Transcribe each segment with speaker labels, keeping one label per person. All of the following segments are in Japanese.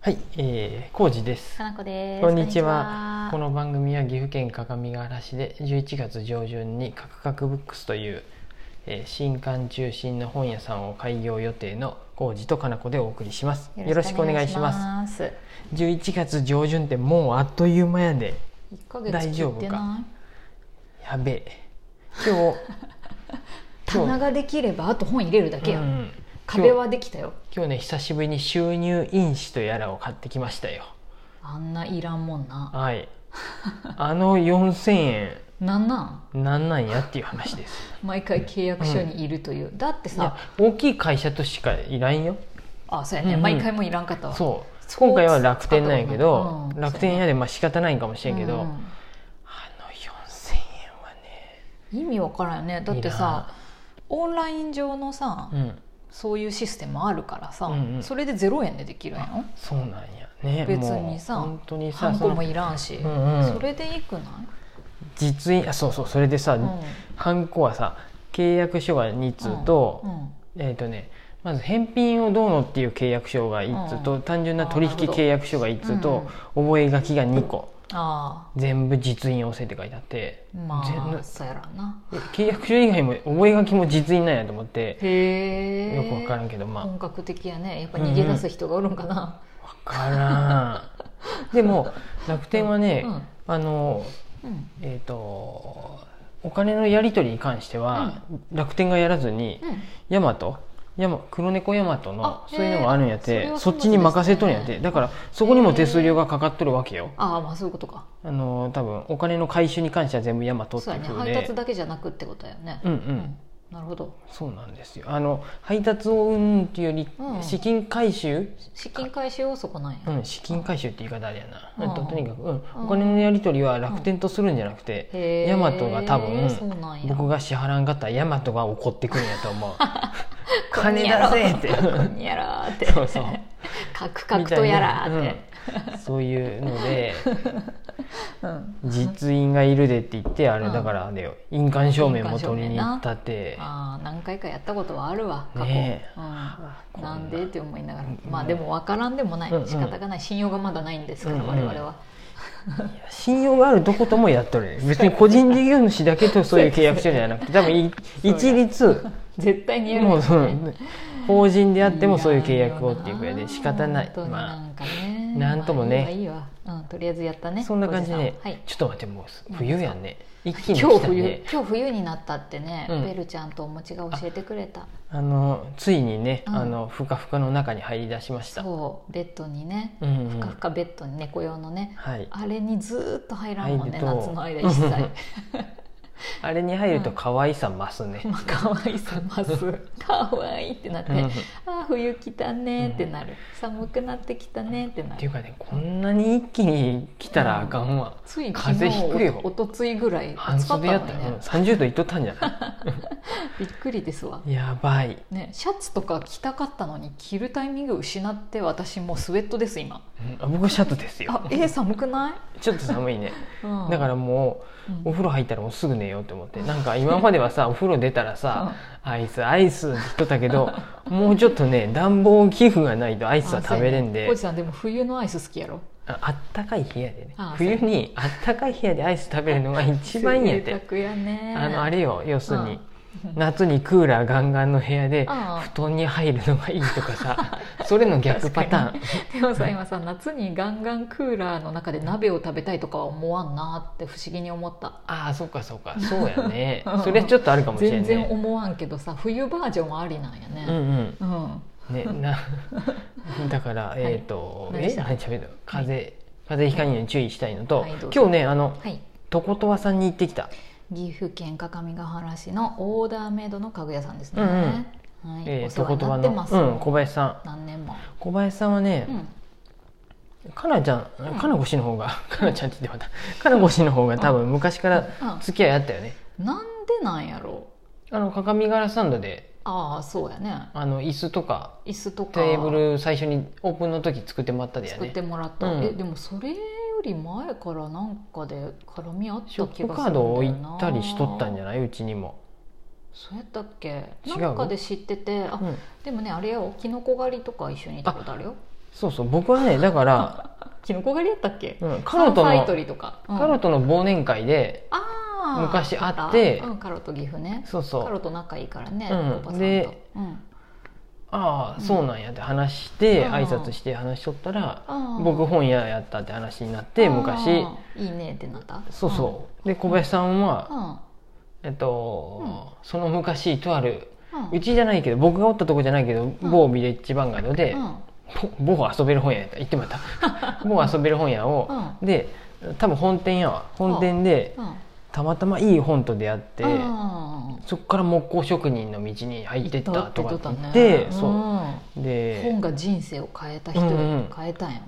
Speaker 1: はい、えー、康二です
Speaker 2: か。なこです。
Speaker 1: こんにちは。こ
Speaker 2: こんに
Speaker 1: の番組は岐阜県各務原市で11月上旬にカクカクブックスという、えー新刊中心の本屋さんを開業予定の康二とかなこでお送りします。
Speaker 2: ちは
Speaker 1: よろしくお願いします。
Speaker 2: す。
Speaker 1: 11月上旬ってもうあっという間やで。
Speaker 2: 一ヶ月
Speaker 1: 大丈夫か
Speaker 2: 切ってな
Speaker 1: やべえ。今
Speaker 2: い。棚ができればあと本入れるだ
Speaker 1: 日、
Speaker 2: けよ。
Speaker 1: ん
Speaker 2: 壁はできたよ。
Speaker 1: 今日ね久しぶりに収入印紙とやらを買ってきましたよ。
Speaker 2: あんないらんもんな。
Speaker 1: はい。あの4000円
Speaker 2: なんなん？
Speaker 1: なんなんやっていう話です。
Speaker 2: 毎回契約書にいると いう。だって
Speaker 1: いや
Speaker 2: さ、
Speaker 1: 大きい会社としかいらんよ
Speaker 2: あ、そうやね。
Speaker 1: うん
Speaker 2: 毎回もいらんかったわ。
Speaker 1: そう
Speaker 2: そう
Speaker 1: 今回は楽天なんやけど、
Speaker 2: 使ったことないうん
Speaker 1: 楽天やでまあ仕方ないんかもし
Speaker 2: う
Speaker 1: れん
Speaker 2: ん
Speaker 1: けど、あの4000円は
Speaker 2: 意味わからんよね。だってさ、オンライン上のさ、
Speaker 1: ねうん
Speaker 2: そういうシステムあるからさ、
Speaker 1: うんうん
Speaker 2: それでゼロ円でできるやん。
Speaker 1: そうなんやね
Speaker 2: 別に
Speaker 1: もう
Speaker 2: さ
Speaker 1: 本当に
Speaker 2: ハ
Speaker 1: さ
Speaker 2: ン
Speaker 1: そ
Speaker 2: コ
Speaker 1: の
Speaker 2: もいらんし、
Speaker 1: うんうん
Speaker 2: それでいいくない？
Speaker 1: 実印あそうそうそれでさ、
Speaker 2: うん
Speaker 1: ハンコはさ契約書が2通と、
Speaker 2: うん
Speaker 1: えっ、とねまず返品をどうのっていう契約書が1通と、単純な取引契約書が1通と、覚書が2個
Speaker 2: あ
Speaker 1: 全部実印押せって書いてあって、
Speaker 2: あま
Speaker 1: 全
Speaker 2: あそうやらな
Speaker 1: え契約書以外も覚書も実印なんやと思って
Speaker 2: へえ
Speaker 1: よく分からんけどまあ分
Speaker 2: 本格的やねやっぱ逃げ出す人がおるんかな、
Speaker 1: からんでも楽天はね、
Speaker 2: うん
Speaker 1: あの
Speaker 2: うん
Speaker 1: えっ、とお金のやり取りに関しては、楽天がやらずに
Speaker 2: うん
Speaker 1: ヤマトヤマ黒猫ヤマトの
Speaker 2: あ
Speaker 1: そういうのがあるんやっ
Speaker 2: へーそれ
Speaker 1: て
Speaker 2: は
Speaker 1: そ
Speaker 2: そう
Speaker 1: っ
Speaker 2: なんです
Speaker 1: ち
Speaker 2: ね
Speaker 1: に任せとるんやってだからそこにも手数料がかかっとるわけよ
Speaker 2: ああまあそういうことか
Speaker 1: あの多分お金の回収に関しては全部ヤマトって
Speaker 2: そ
Speaker 1: い
Speaker 2: うや
Speaker 1: うふ
Speaker 2: ね
Speaker 1: う
Speaker 2: 配
Speaker 1: で
Speaker 2: 達だけじゃなくってことやね
Speaker 1: うんうん
Speaker 2: なるほど
Speaker 1: そうなんですよあの配達をうんっていうより、
Speaker 2: うん
Speaker 1: 資金回収
Speaker 2: 資金回収をそこなんや、
Speaker 1: うん、資金回収って言い方あれやな、
Speaker 2: うん
Speaker 1: えっととにかく、うん
Speaker 2: うん
Speaker 1: お金のやり取りは楽天とするんじゃなくて、
Speaker 2: へえ
Speaker 1: ヤマトが多
Speaker 2: そう
Speaker 1: 分
Speaker 2: なんや
Speaker 1: 僕が支払んかったらヤマトが怒ってくるんやと 思う金だろぜって
Speaker 2: こんにやらーって
Speaker 1: そうそう
Speaker 2: カクカクとやらーっ
Speaker 1: み
Speaker 2: て
Speaker 1: たいなうんそういうので
Speaker 2: うん
Speaker 1: 実印がいるでって言ってあれ
Speaker 2: うん
Speaker 1: だからあれよ印鑑証明も取りに行ったって、
Speaker 2: ああ何回かやったことはあるわ過去、
Speaker 1: ねえ
Speaker 2: う
Speaker 1: こん
Speaker 2: ん、
Speaker 1: な
Speaker 2: なんでって思いながらまあでも分からんでもない
Speaker 1: うんうん
Speaker 2: 仕方がない信用がまだないんですから
Speaker 1: うんうん
Speaker 2: 我々は
Speaker 1: 信用があるどこともやっとる別に個人事業主だけとそういう契約書じゃなくて多分い一律
Speaker 2: 絶対にやるん
Speaker 1: も
Speaker 2: で
Speaker 1: う
Speaker 2: す
Speaker 1: そ
Speaker 2: よ
Speaker 1: の
Speaker 2: ね
Speaker 1: 法人であってもそういう契約をっていうくらいで
Speaker 2: や
Speaker 1: 仕方ない
Speaker 2: 本当にな
Speaker 1: ま
Speaker 2: んかね、
Speaker 1: まあなんともね
Speaker 2: まあいいわいいわ、うん、とりあえずやった
Speaker 1: あ
Speaker 2: ね
Speaker 1: そんな感じ
Speaker 2: おじ
Speaker 1: で
Speaker 2: さんはい
Speaker 1: ちょっと待ってもう冬やんね一気に
Speaker 2: 今
Speaker 1: 来
Speaker 2: 日
Speaker 1: た
Speaker 2: 冬、
Speaker 1: ね
Speaker 2: 今日冬になったってね、
Speaker 1: うん
Speaker 2: ベルちゃんとお餅が教えてくれた
Speaker 1: あのついにね
Speaker 2: うん
Speaker 1: あのふかふかの中に入り出しました
Speaker 2: そうベッドにね
Speaker 1: うんう
Speaker 2: ふ
Speaker 1: ん
Speaker 2: かふかベッドに猫用のね
Speaker 1: はい
Speaker 2: あれにずーっと入らんもんね
Speaker 1: 入ると
Speaker 2: 夏の間一切
Speaker 1: あれに入ると可愛さ増すね
Speaker 2: まあ可愛さます可愛いってなって、
Speaker 1: うん
Speaker 2: ああ冬来たねってなる、寒くなってきたねってな
Speaker 1: ってい
Speaker 2: る
Speaker 1: うかねこんなに一気に来たらあかんわ
Speaker 2: つい昨
Speaker 1: 風
Speaker 2: 日
Speaker 1: 邪ひくよ
Speaker 2: おとついぐらい
Speaker 1: 半
Speaker 2: 暑かっ
Speaker 1: 袖
Speaker 2: た
Speaker 1: や
Speaker 2: の
Speaker 1: った
Speaker 2: に
Speaker 1: よ、うん
Speaker 2: ね、
Speaker 1: 30度いっとったんじゃな
Speaker 2: びっくりですわ
Speaker 1: い やばい
Speaker 2: ね、シャツとか着たかったのに着るタイミング失って私もうスウェットです今
Speaker 1: うんあ僕シャツですよ
Speaker 2: あえー、寒くな
Speaker 1: ちょっと寒いね
Speaker 2: い、うん、
Speaker 1: だからも
Speaker 2: うん
Speaker 1: うお風呂入ったらもうすぐ寝ようと思ってなんか今まではさお風呂出たらさアイスアイスって言っとったけどもうちょっとね暖房器具がないとアイスは食べれんで
Speaker 2: おじさんでも冬のアイス好きやろ
Speaker 1: ああったかい部屋でね
Speaker 2: あ
Speaker 1: 冬にあったかい部屋でアイス食べるのが一番いいんやっ
Speaker 2: 贅
Speaker 1: て
Speaker 2: 沢やね
Speaker 1: あのあれよ要するに
Speaker 2: うん
Speaker 1: 夏にクーラーガンガンの部屋で
Speaker 2: うん
Speaker 1: 布団に入るのがいいとか さそれの逆パターン
Speaker 2: でもさ今さ夏にガンガンクーラーの中で鍋を食べたいとかは思わんなって不思議に思った
Speaker 1: ああそうかそうかそうやね
Speaker 2: うん
Speaker 1: それちょっとあるかもしれんね
Speaker 2: 全然思わんけどさ冬バージョンはありなんや
Speaker 1: うん
Speaker 2: ね
Speaker 1: うん
Speaker 2: う
Speaker 1: ね、
Speaker 2: ん、
Speaker 1: なだから、えっ、と、
Speaker 2: 何
Speaker 1: え
Speaker 2: でした
Speaker 1: 何喋るの風邪風邪ひかんように注意したいのと、
Speaker 2: はいどうぞ
Speaker 1: 今日ねあの
Speaker 2: はい
Speaker 1: 床とわさんに行ってきた、
Speaker 2: 岐阜県各務原市のオーダーメイドの家具屋さんですね、はい
Speaker 1: え
Speaker 2: お
Speaker 1: ー、
Speaker 2: 世
Speaker 1: 床
Speaker 2: 話に
Speaker 1: と
Speaker 2: な
Speaker 1: わ
Speaker 2: って
Speaker 1: の、
Speaker 2: ます、
Speaker 1: うん、小林さん
Speaker 2: 何年も、
Speaker 1: 小林さんはね
Speaker 2: う、ん、
Speaker 1: かなちゃんかなごしの方が かなちゃんって言ってまたかなごしの方が多分昔から
Speaker 2: うん
Speaker 1: 付き合いあったよね、
Speaker 2: なんでなんやろう
Speaker 1: あの鏡柄スタンドで
Speaker 2: ああそうやね
Speaker 1: あの椅子とか
Speaker 2: 椅子とか
Speaker 1: テーブル最初にオープンの時作ってもらったでや
Speaker 2: 作っ
Speaker 1: ね
Speaker 2: てもらった、
Speaker 1: うん
Speaker 2: えでもそれより前からなんかで絡みあった気
Speaker 1: ショ
Speaker 2: がす
Speaker 1: ッ
Speaker 2: るんだよな
Speaker 1: プカードを置いたりしとったんじゃ
Speaker 2: ない
Speaker 1: ないうちにも、
Speaker 2: そうやったっけ
Speaker 1: 違う
Speaker 2: なんかで知っててあ、
Speaker 1: うん
Speaker 2: でもねあれよキノコ狩りとか一緒に行ったことあるよ
Speaker 1: そうそう僕はねだ から、
Speaker 2: キノコ狩りやったっけ
Speaker 1: うん、カ
Speaker 2: カ
Speaker 1: ロ
Speaker 2: ロ
Speaker 1: ト
Speaker 2: トイ
Speaker 1: の
Speaker 2: トリとか、うん
Speaker 1: カロトの忘年会で
Speaker 2: あー
Speaker 1: 昔あって
Speaker 2: うん、カロト岐阜ね
Speaker 1: そうそ
Speaker 2: カロ
Speaker 1: う
Speaker 2: ト仲いいからね、
Speaker 1: うん
Speaker 2: おばさんと
Speaker 1: で
Speaker 2: うん
Speaker 1: ああ
Speaker 2: うん
Speaker 1: そうなんやって話して
Speaker 2: うん
Speaker 1: 挨拶して話しとったら
Speaker 2: あー
Speaker 1: 僕本屋やったって話になって昔
Speaker 2: あーいいねってなった
Speaker 1: そうそうで小林さん
Speaker 2: うん、
Speaker 1: は
Speaker 2: うん
Speaker 1: えっとその昔とある
Speaker 2: うん
Speaker 1: うちじゃないけど僕がおったとこじゃないけど
Speaker 2: うん
Speaker 1: 某ビレッジバンガードで
Speaker 2: うんうん
Speaker 1: ぼ某遊べる本屋やった行ってまた 某遊べる本屋をで多分本店やわ本店で
Speaker 2: うん
Speaker 1: たまたまいい本と出会って
Speaker 2: うんうんうん
Speaker 1: そっから木工職人の道に入ってったとかって言っ
Speaker 2: 言って
Speaker 1: て
Speaker 2: たね
Speaker 1: そう
Speaker 2: うん本
Speaker 1: で
Speaker 2: が人生を変えた人より
Speaker 1: うんうん
Speaker 2: 変えたんや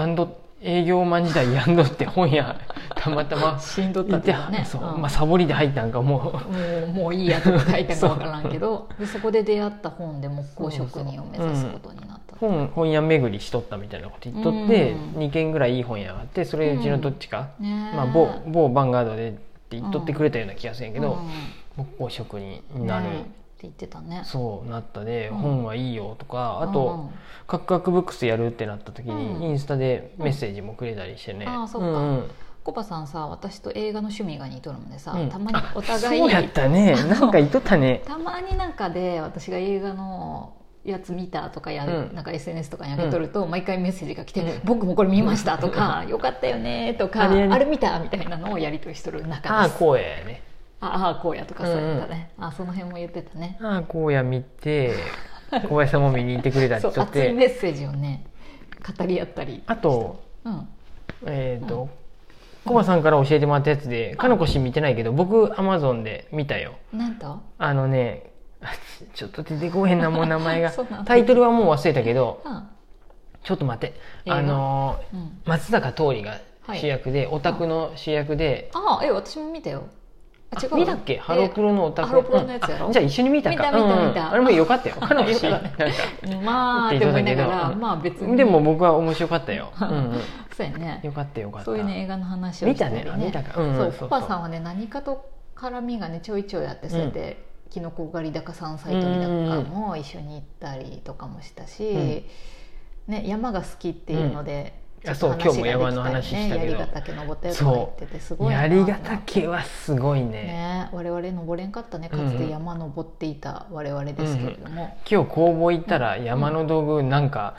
Speaker 1: やんど営業マン時代やんどって本屋 たまたま
Speaker 2: しんどった
Speaker 1: 行
Speaker 2: っ
Speaker 1: ってて
Speaker 2: いうかね
Speaker 1: そう
Speaker 2: うん
Speaker 1: まあサボりで入ったんかも
Speaker 2: もうもういいやとか書 いたか分からんけどでそこで出会った本で木工職人を目指すことになった
Speaker 1: う本本屋巡りしとったみたいなこと言っとって
Speaker 2: うん
Speaker 1: 2軒ぐらいいい本屋があってそれうちのどっちか
Speaker 2: ねえ
Speaker 1: まあ某某バンガードでって言っとってくれたような気がするんやけ
Speaker 2: う
Speaker 1: ど
Speaker 2: ん
Speaker 1: 木工職人になる
Speaker 2: ねえって言ってたね
Speaker 1: そうなったで
Speaker 2: うん
Speaker 1: 本はいいよとかあ
Speaker 2: うんう
Speaker 1: と
Speaker 2: ん
Speaker 1: カクカクブックスやるってなった時
Speaker 2: うん
Speaker 1: にインスタでメッセージもくれたりしてね
Speaker 2: あーそっ
Speaker 1: う
Speaker 2: か
Speaker 1: んうん
Speaker 2: コパさんさ私と映画の趣味が似とるもんでさ、
Speaker 1: うん
Speaker 2: たまに
Speaker 1: あ
Speaker 2: お互い
Speaker 1: そうやった ねなんか言っとったね
Speaker 2: たまになんかで私が映画のやつ見たとかや、
Speaker 1: うん
Speaker 2: なんか SNS とかに上げとると、毎回メッセージが来て
Speaker 1: う
Speaker 2: 「
Speaker 1: ん
Speaker 2: 僕もこれ見ました」とか「よかったよね」とか「
Speaker 1: あれや
Speaker 2: あ
Speaker 1: ね
Speaker 2: れ見た?」みたいなのをやり取りしとる中
Speaker 1: ああ
Speaker 2: です
Speaker 1: こうややね
Speaker 2: ああこうやとかそうやったね、あその辺も言ってたね
Speaker 1: ああこうや見 て小林さんも見に行ってくれたって
Speaker 2: そ
Speaker 1: 言っ
Speaker 2: う
Speaker 1: とっ
Speaker 2: 熱い
Speaker 1: て
Speaker 2: メッセージをね語り合ったり
Speaker 1: あと
Speaker 2: うん
Speaker 1: えっ
Speaker 2: う
Speaker 1: とコバさんから教えてもらったやつで「かのこし」見てないけど僕アマゾンで見たよ
Speaker 2: なんと
Speaker 1: あのね ちょっと出てこへんなもう名前が
Speaker 2: そうなんだ
Speaker 1: タイトルはもう忘れたけど
Speaker 2: うん
Speaker 1: ちょっと待って
Speaker 2: 映画
Speaker 1: あのー
Speaker 2: うん
Speaker 1: 松坂桃李が主役でオタクの主役で
Speaker 2: ああえ私も見たよあ違う
Speaker 1: あ見たっけハロプロのオタク
Speaker 2: ハロプロのやつやろ
Speaker 1: うんあじゃあ一緒に見たか
Speaker 2: 見た見た
Speaker 1: うん
Speaker 2: 見た
Speaker 1: あれもよかっ たよかのこし
Speaker 2: よ
Speaker 1: な
Speaker 2: かっ
Speaker 1: ん
Speaker 2: た
Speaker 1: か
Speaker 2: ねまあって思いながらまあ別に
Speaker 1: でも僕は面白かったよ、うんうん
Speaker 2: そうやね
Speaker 1: よかったよかった
Speaker 2: そういうね映画の話を
Speaker 1: 見たねあ見たかうんうん
Speaker 2: そう
Speaker 1: そうそう
Speaker 2: コパさんはね何かと絡みがねちょいちょいあってそうやって、キノコ狩りだか山菜採りだかも一緒に行ったりとかもしたし、ね、山が好きっていうので、
Speaker 1: うん
Speaker 2: ちょっと
Speaker 1: あそう今日も山の
Speaker 2: 話ができたり
Speaker 1: 話
Speaker 2: ね
Speaker 1: したけど
Speaker 2: 槍ヶ岳登ったよとか言っててすごいな
Speaker 1: やりがたけはすごいね
Speaker 2: ね我々登れんかったねかつて山登っていた我々ですけれども、
Speaker 1: 今日工房行ったら山の道具なんか、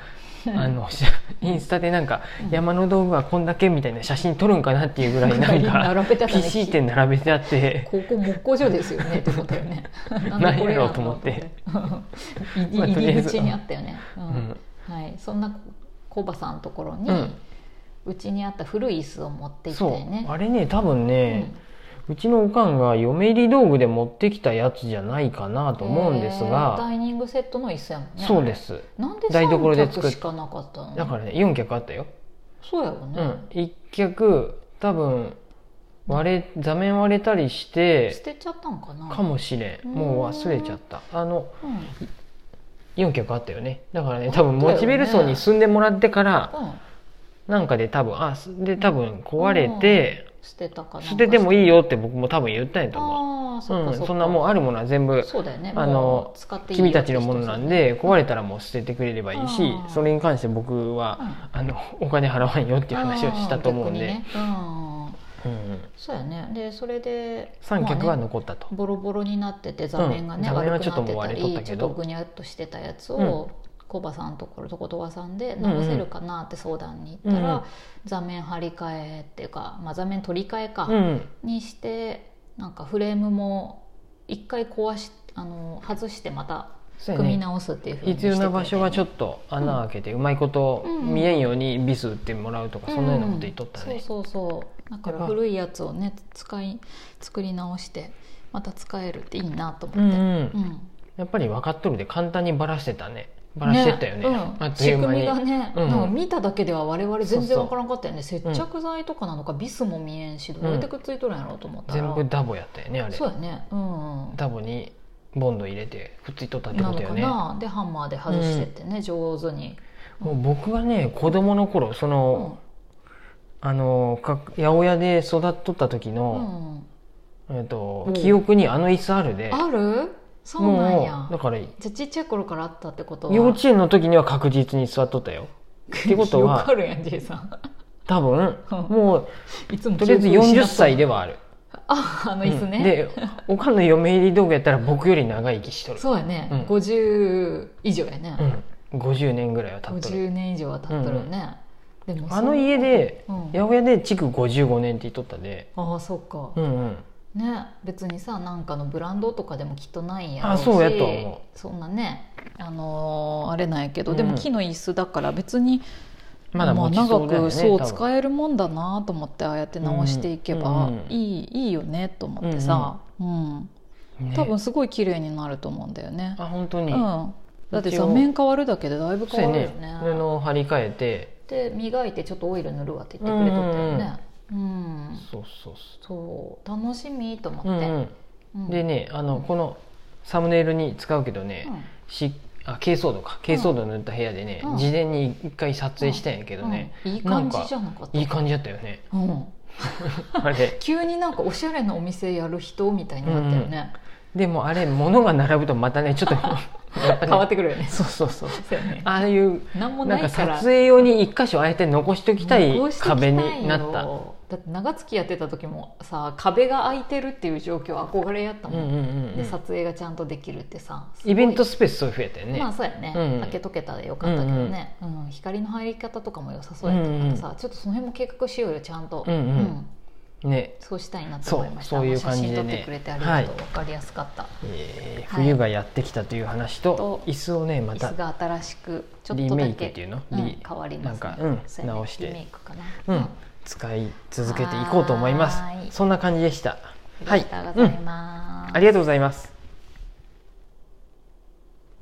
Speaker 1: あの しインスタでなんか
Speaker 2: うん
Speaker 1: 山の道具はこんだけみたいな写真撮るんかなっていうぐらいなんか
Speaker 2: 並べてあったね
Speaker 1: ピシって並べてあって
Speaker 2: ここ木工所ですよねってこと よねなんでこれなんだろう と思って入り入り口にあったよね、うん
Speaker 1: うん
Speaker 2: はい、そんなコバさんのところに、
Speaker 1: う
Speaker 2: うんちにあった古い椅子を持って行った
Speaker 1: そ
Speaker 2: よ
Speaker 1: う
Speaker 2: ね
Speaker 1: あれね多分
Speaker 2: う
Speaker 1: ね、
Speaker 2: ん
Speaker 1: うちのおかんが嫁入り道具で持ってきたやつじゃないかなと思うんです
Speaker 2: えーダ
Speaker 1: が、
Speaker 2: イニングセットの椅子やもんね
Speaker 1: そうです
Speaker 2: なんで
Speaker 1: 台所で
Speaker 2: 3
Speaker 1: 作っ
Speaker 2: 脚しかなかったの
Speaker 1: だからね4脚あったよ、
Speaker 2: そうやわ
Speaker 1: うん
Speaker 2: ね、
Speaker 1: 1脚多分割れ座面割れたりし
Speaker 2: 捨
Speaker 1: て
Speaker 2: てちゃったんかな
Speaker 1: かもしれん
Speaker 2: うん
Speaker 1: もう忘れちゃったあの
Speaker 2: うん、うん
Speaker 1: 4脚あったよねだから
Speaker 2: あ
Speaker 1: ね
Speaker 2: った
Speaker 1: 多
Speaker 2: よね
Speaker 1: 分モチベルソンに住んでもらってからなんかで多分あで多分壊れて
Speaker 2: 捨てたかな
Speaker 1: 捨ててもい
Speaker 2: い
Speaker 1: いよって僕も多分言ったんやと思う
Speaker 2: ああそっか
Speaker 1: う
Speaker 2: そっ
Speaker 1: ん
Speaker 2: か
Speaker 1: そんなもうあるものは全部
Speaker 2: そうだよね
Speaker 1: あの
Speaker 2: もう使っていいよ
Speaker 1: 君たちのものなんで壊れたらもう捨ててくれればいいし
Speaker 2: あー
Speaker 1: それに関して僕は
Speaker 2: っ
Speaker 1: あのお金払わんよっていう話をしたと思うんで、
Speaker 2: ね、うん
Speaker 1: うんうん
Speaker 2: そうやねでそれで
Speaker 1: 三脚
Speaker 2: ま
Speaker 1: は
Speaker 2: あね
Speaker 1: 残ったと、
Speaker 2: ボロボロになってて座面がね、
Speaker 1: うん座面は
Speaker 2: 悪
Speaker 1: ち
Speaker 2: く
Speaker 1: ょっとも
Speaker 2: なって
Speaker 1: う
Speaker 2: た
Speaker 1: 割れ
Speaker 2: り
Speaker 1: とったけ
Speaker 2: ちょっ
Speaker 1: ど
Speaker 2: とぐにゃっとしてたやつを、コバさんところとことわさんで直せるかなって相談に行ったら、
Speaker 1: うんうん
Speaker 2: 座面張り替えっていうか、まあ、座面取り替えか、
Speaker 1: うんうん
Speaker 2: にしてなんかフレームも一回壊しあの外してまた
Speaker 1: そうや
Speaker 2: 組み
Speaker 1: ね
Speaker 2: 直すっていうふうに
Speaker 1: 必要な場所はちょ
Speaker 2: っ
Speaker 1: っと穴開けてうまいこと見えんようにビス打ってもらうとかそんなようなこと言っとったね、
Speaker 2: そうそうそうだから古いやつをね使い作り直してまた使えるっていいなと思
Speaker 1: うん
Speaker 2: って、
Speaker 1: うん
Speaker 2: うん
Speaker 1: やっぱり分かっとるで簡単にバラしてたねバラしてったよね
Speaker 2: うん
Speaker 1: あっとい
Speaker 2: 仕
Speaker 1: う間
Speaker 2: 組み
Speaker 1: に
Speaker 2: がね、
Speaker 1: うん
Speaker 2: なんか見ただけでは我々全
Speaker 1: そうそ
Speaker 2: 然
Speaker 1: う
Speaker 2: わからんかったよね
Speaker 1: うん
Speaker 2: 接着剤とかなのかビスも見えんしどうやってくっついとるんやろうと思ったら、
Speaker 1: 全部ダボやったよねあれ
Speaker 2: そうやねうんうん
Speaker 1: ダボにボンド入れてくっついとったって
Speaker 2: な
Speaker 1: こ
Speaker 2: の
Speaker 1: とよ
Speaker 2: か
Speaker 1: ね
Speaker 2: なでハンマーで外してってね、上手に、
Speaker 1: もう僕はね子供の頃そうの
Speaker 2: ん、
Speaker 1: あのか八百屋で育っとった時
Speaker 2: う
Speaker 1: の、
Speaker 2: ん、
Speaker 1: えっと
Speaker 2: うん
Speaker 1: 記憶にあの椅子あるで
Speaker 2: あるそうなん
Speaker 1: も
Speaker 2: や
Speaker 1: うだから
Speaker 2: じゃあちっちゃい頃からあったってことは
Speaker 1: 幼稚園の時には確実に座っとったよってことは
Speaker 2: よくあるやん J さん
Speaker 1: 多分
Speaker 2: うん
Speaker 1: も
Speaker 2: いつも
Speaker 1: うとりあえず
Speaker 2: 記憶失
Speaker 1: 40
Speaker 2: った
Speaker 1: 歳ではある、
Speaker 2: あ あの椅子
Speaker 1: うん
Speaker 2: ね、
Speaker 1: でおかんの嫁入り道具やったら僕より長生きしとる、
Speaker 2: そうやね、
Speaker 1: うん
Speaker 2: 50以上やね、
Speaker 1: うん、50年ぐらいは経っとる
Speaker 2: 50年以上は経っとるよね、でもそ
Speaker 1: あの家で
Speaker 2: うん
Speaker 1: 八百屋で築55年って言っとったで
Speaker 2: ああそっか
Speaker 1: う、んうん
Speaker 2: ね別にさなんかのブランドとかでもきっとないんやろ
Speaker 1: あ
Speaker 2: し
Speaker 1: そうやと思
Speaker 2: そんなねあのーあれなんやけど、
Speaker 1: うん
Speaker 2: でも木の椅子だから別に
Speaker 1: まだ持ちそうだよね
Speaker 2: 長くそう
Speaker 1: 多分
Speaker 2: 使えるもんだなと思ってああやって直していけば、
Speaker 1: うんうん
Speaker 2: いいいいよねと思ってさ、うん
Speaker 1: ね
Speaker 2: 多分すごい綺麗になると思うんだよね、
Speaker 1: あ本当
Speaker 2: う
Speaker 1: に、
Speaker 2: ん、だって
Speaker 1: 一
Speaker 2: さ
Speaker 1: 応
Speaker 2: 面変わるだけでだいぶ
Speaker 1: そうや
Speaker 2: 変わるよ
Speaker 1: ね
Speaker 2: ね
Speaker 1: 布を張り替えて
Speaker 2: で磨いてちょっとオイル塗るわって言ってくれとったよねうん
Speaker 1: そうそう
Speaker 2: そう楽しみと思
Speaker 1: そう、う
Speaker 2: っ
Speaker 1: ん
Speaker 2: て、
Speaker 1: う
Speaker 2: うん
Speaker 1: ん、でねあのこのサムネイルに使うけどね、
Speaker 2: うん
Speaker 1: しあ珪藻土か珪藻土塗った部屋でね、
Speaker 2: うん
Speaker 1: 事前に一回撮影したんやけどね、
Speaker 2: うんいい感じじゃなかった
Speaker 1: いい感じだったよ ね
Speaker 2: うん、
Speaker 1: あれ
Speaker 2: 急になんかおしゃれなお店やる人みたいになったよね、
Speaker 1: でもあれ物が並ぶとまたねち ょっとやっぱね
Speaker 2: 変わってくるよね
Speaker 1: そうそうそう
Speaker 2: そうやね
Speaker 1: ああいう
Speaker 2: 何も
Speaker 1: なか
Speaker 2: なんいか
Speaker 1: 撮
Speaker 2: ら
Speaker 1: 影用に一箇所あえて残しておきたい
Speaker 2: こうしてきたい
Speaker 1: 壁になった
Speaker 2: よだって長月やってた時もさ壁が空いてるっていう状況憧れやった
Speaker 1: うん
Speaker 2: も、
Speaker 1: うんんうんう
Speaker 2: で
Speaker 1: ん
Speaker 2: 撮影がちゃんとできるってさすごい
Speaker 1: イベントスペースそういう増えたよね、
Speaker 2: まあそうやね、
Speaker 1: うん
Speaker 2: 開けとけたらよかったけどね、うん光の入り方とかも良さそうやったからさ、ちょっとその辺も計画しようよちゃんと、
Speaker 1: うんうんね、
Speaker 2: そうしたいなと思いました
Speaker 1: そうそういう感じでね
Speaker 2: 写真撮ってくれてありがとう、分かりやすかった
Speaker 1: えー
Speaker 2: はい
Speaker 1: 冬がやってきたという話と、
Speaker 2: と
Speaker 1: 椅子をねま
Speaker 2: 椅
Speaker 1: た
Speaker 2: 子が新しくちょっ
Speaker 1: リ
Speaker 2: と
Speaker 1: メ
Speaker 2: だ
Speaker 1: イクっ
Speaker 2: け
Speaker 1: ていうの
Speaker 2: うん
Speaker 1: リ
Speaker 2: 変わり
Speaker 1: なん
Speaker 2: ますね
Speaker 1: かうん
Speaker 2: そうやね
Speaker 1: 直して
Speaker 2: リメイクかな
Speaker 1: うん、使い続けていこうと思います
Speaker 2: はーい
Speaker 1: そんな感じでした
Speaker 2: あ
Speaker 1: は
Speaker 2: り
Speaker 1: い
Speaker 2: がとうご
Speaker 1: う
Speaker 2: ざい
Speaker 1: ん、
Speaker 2: ます、
Speaker 1: ありがとうございます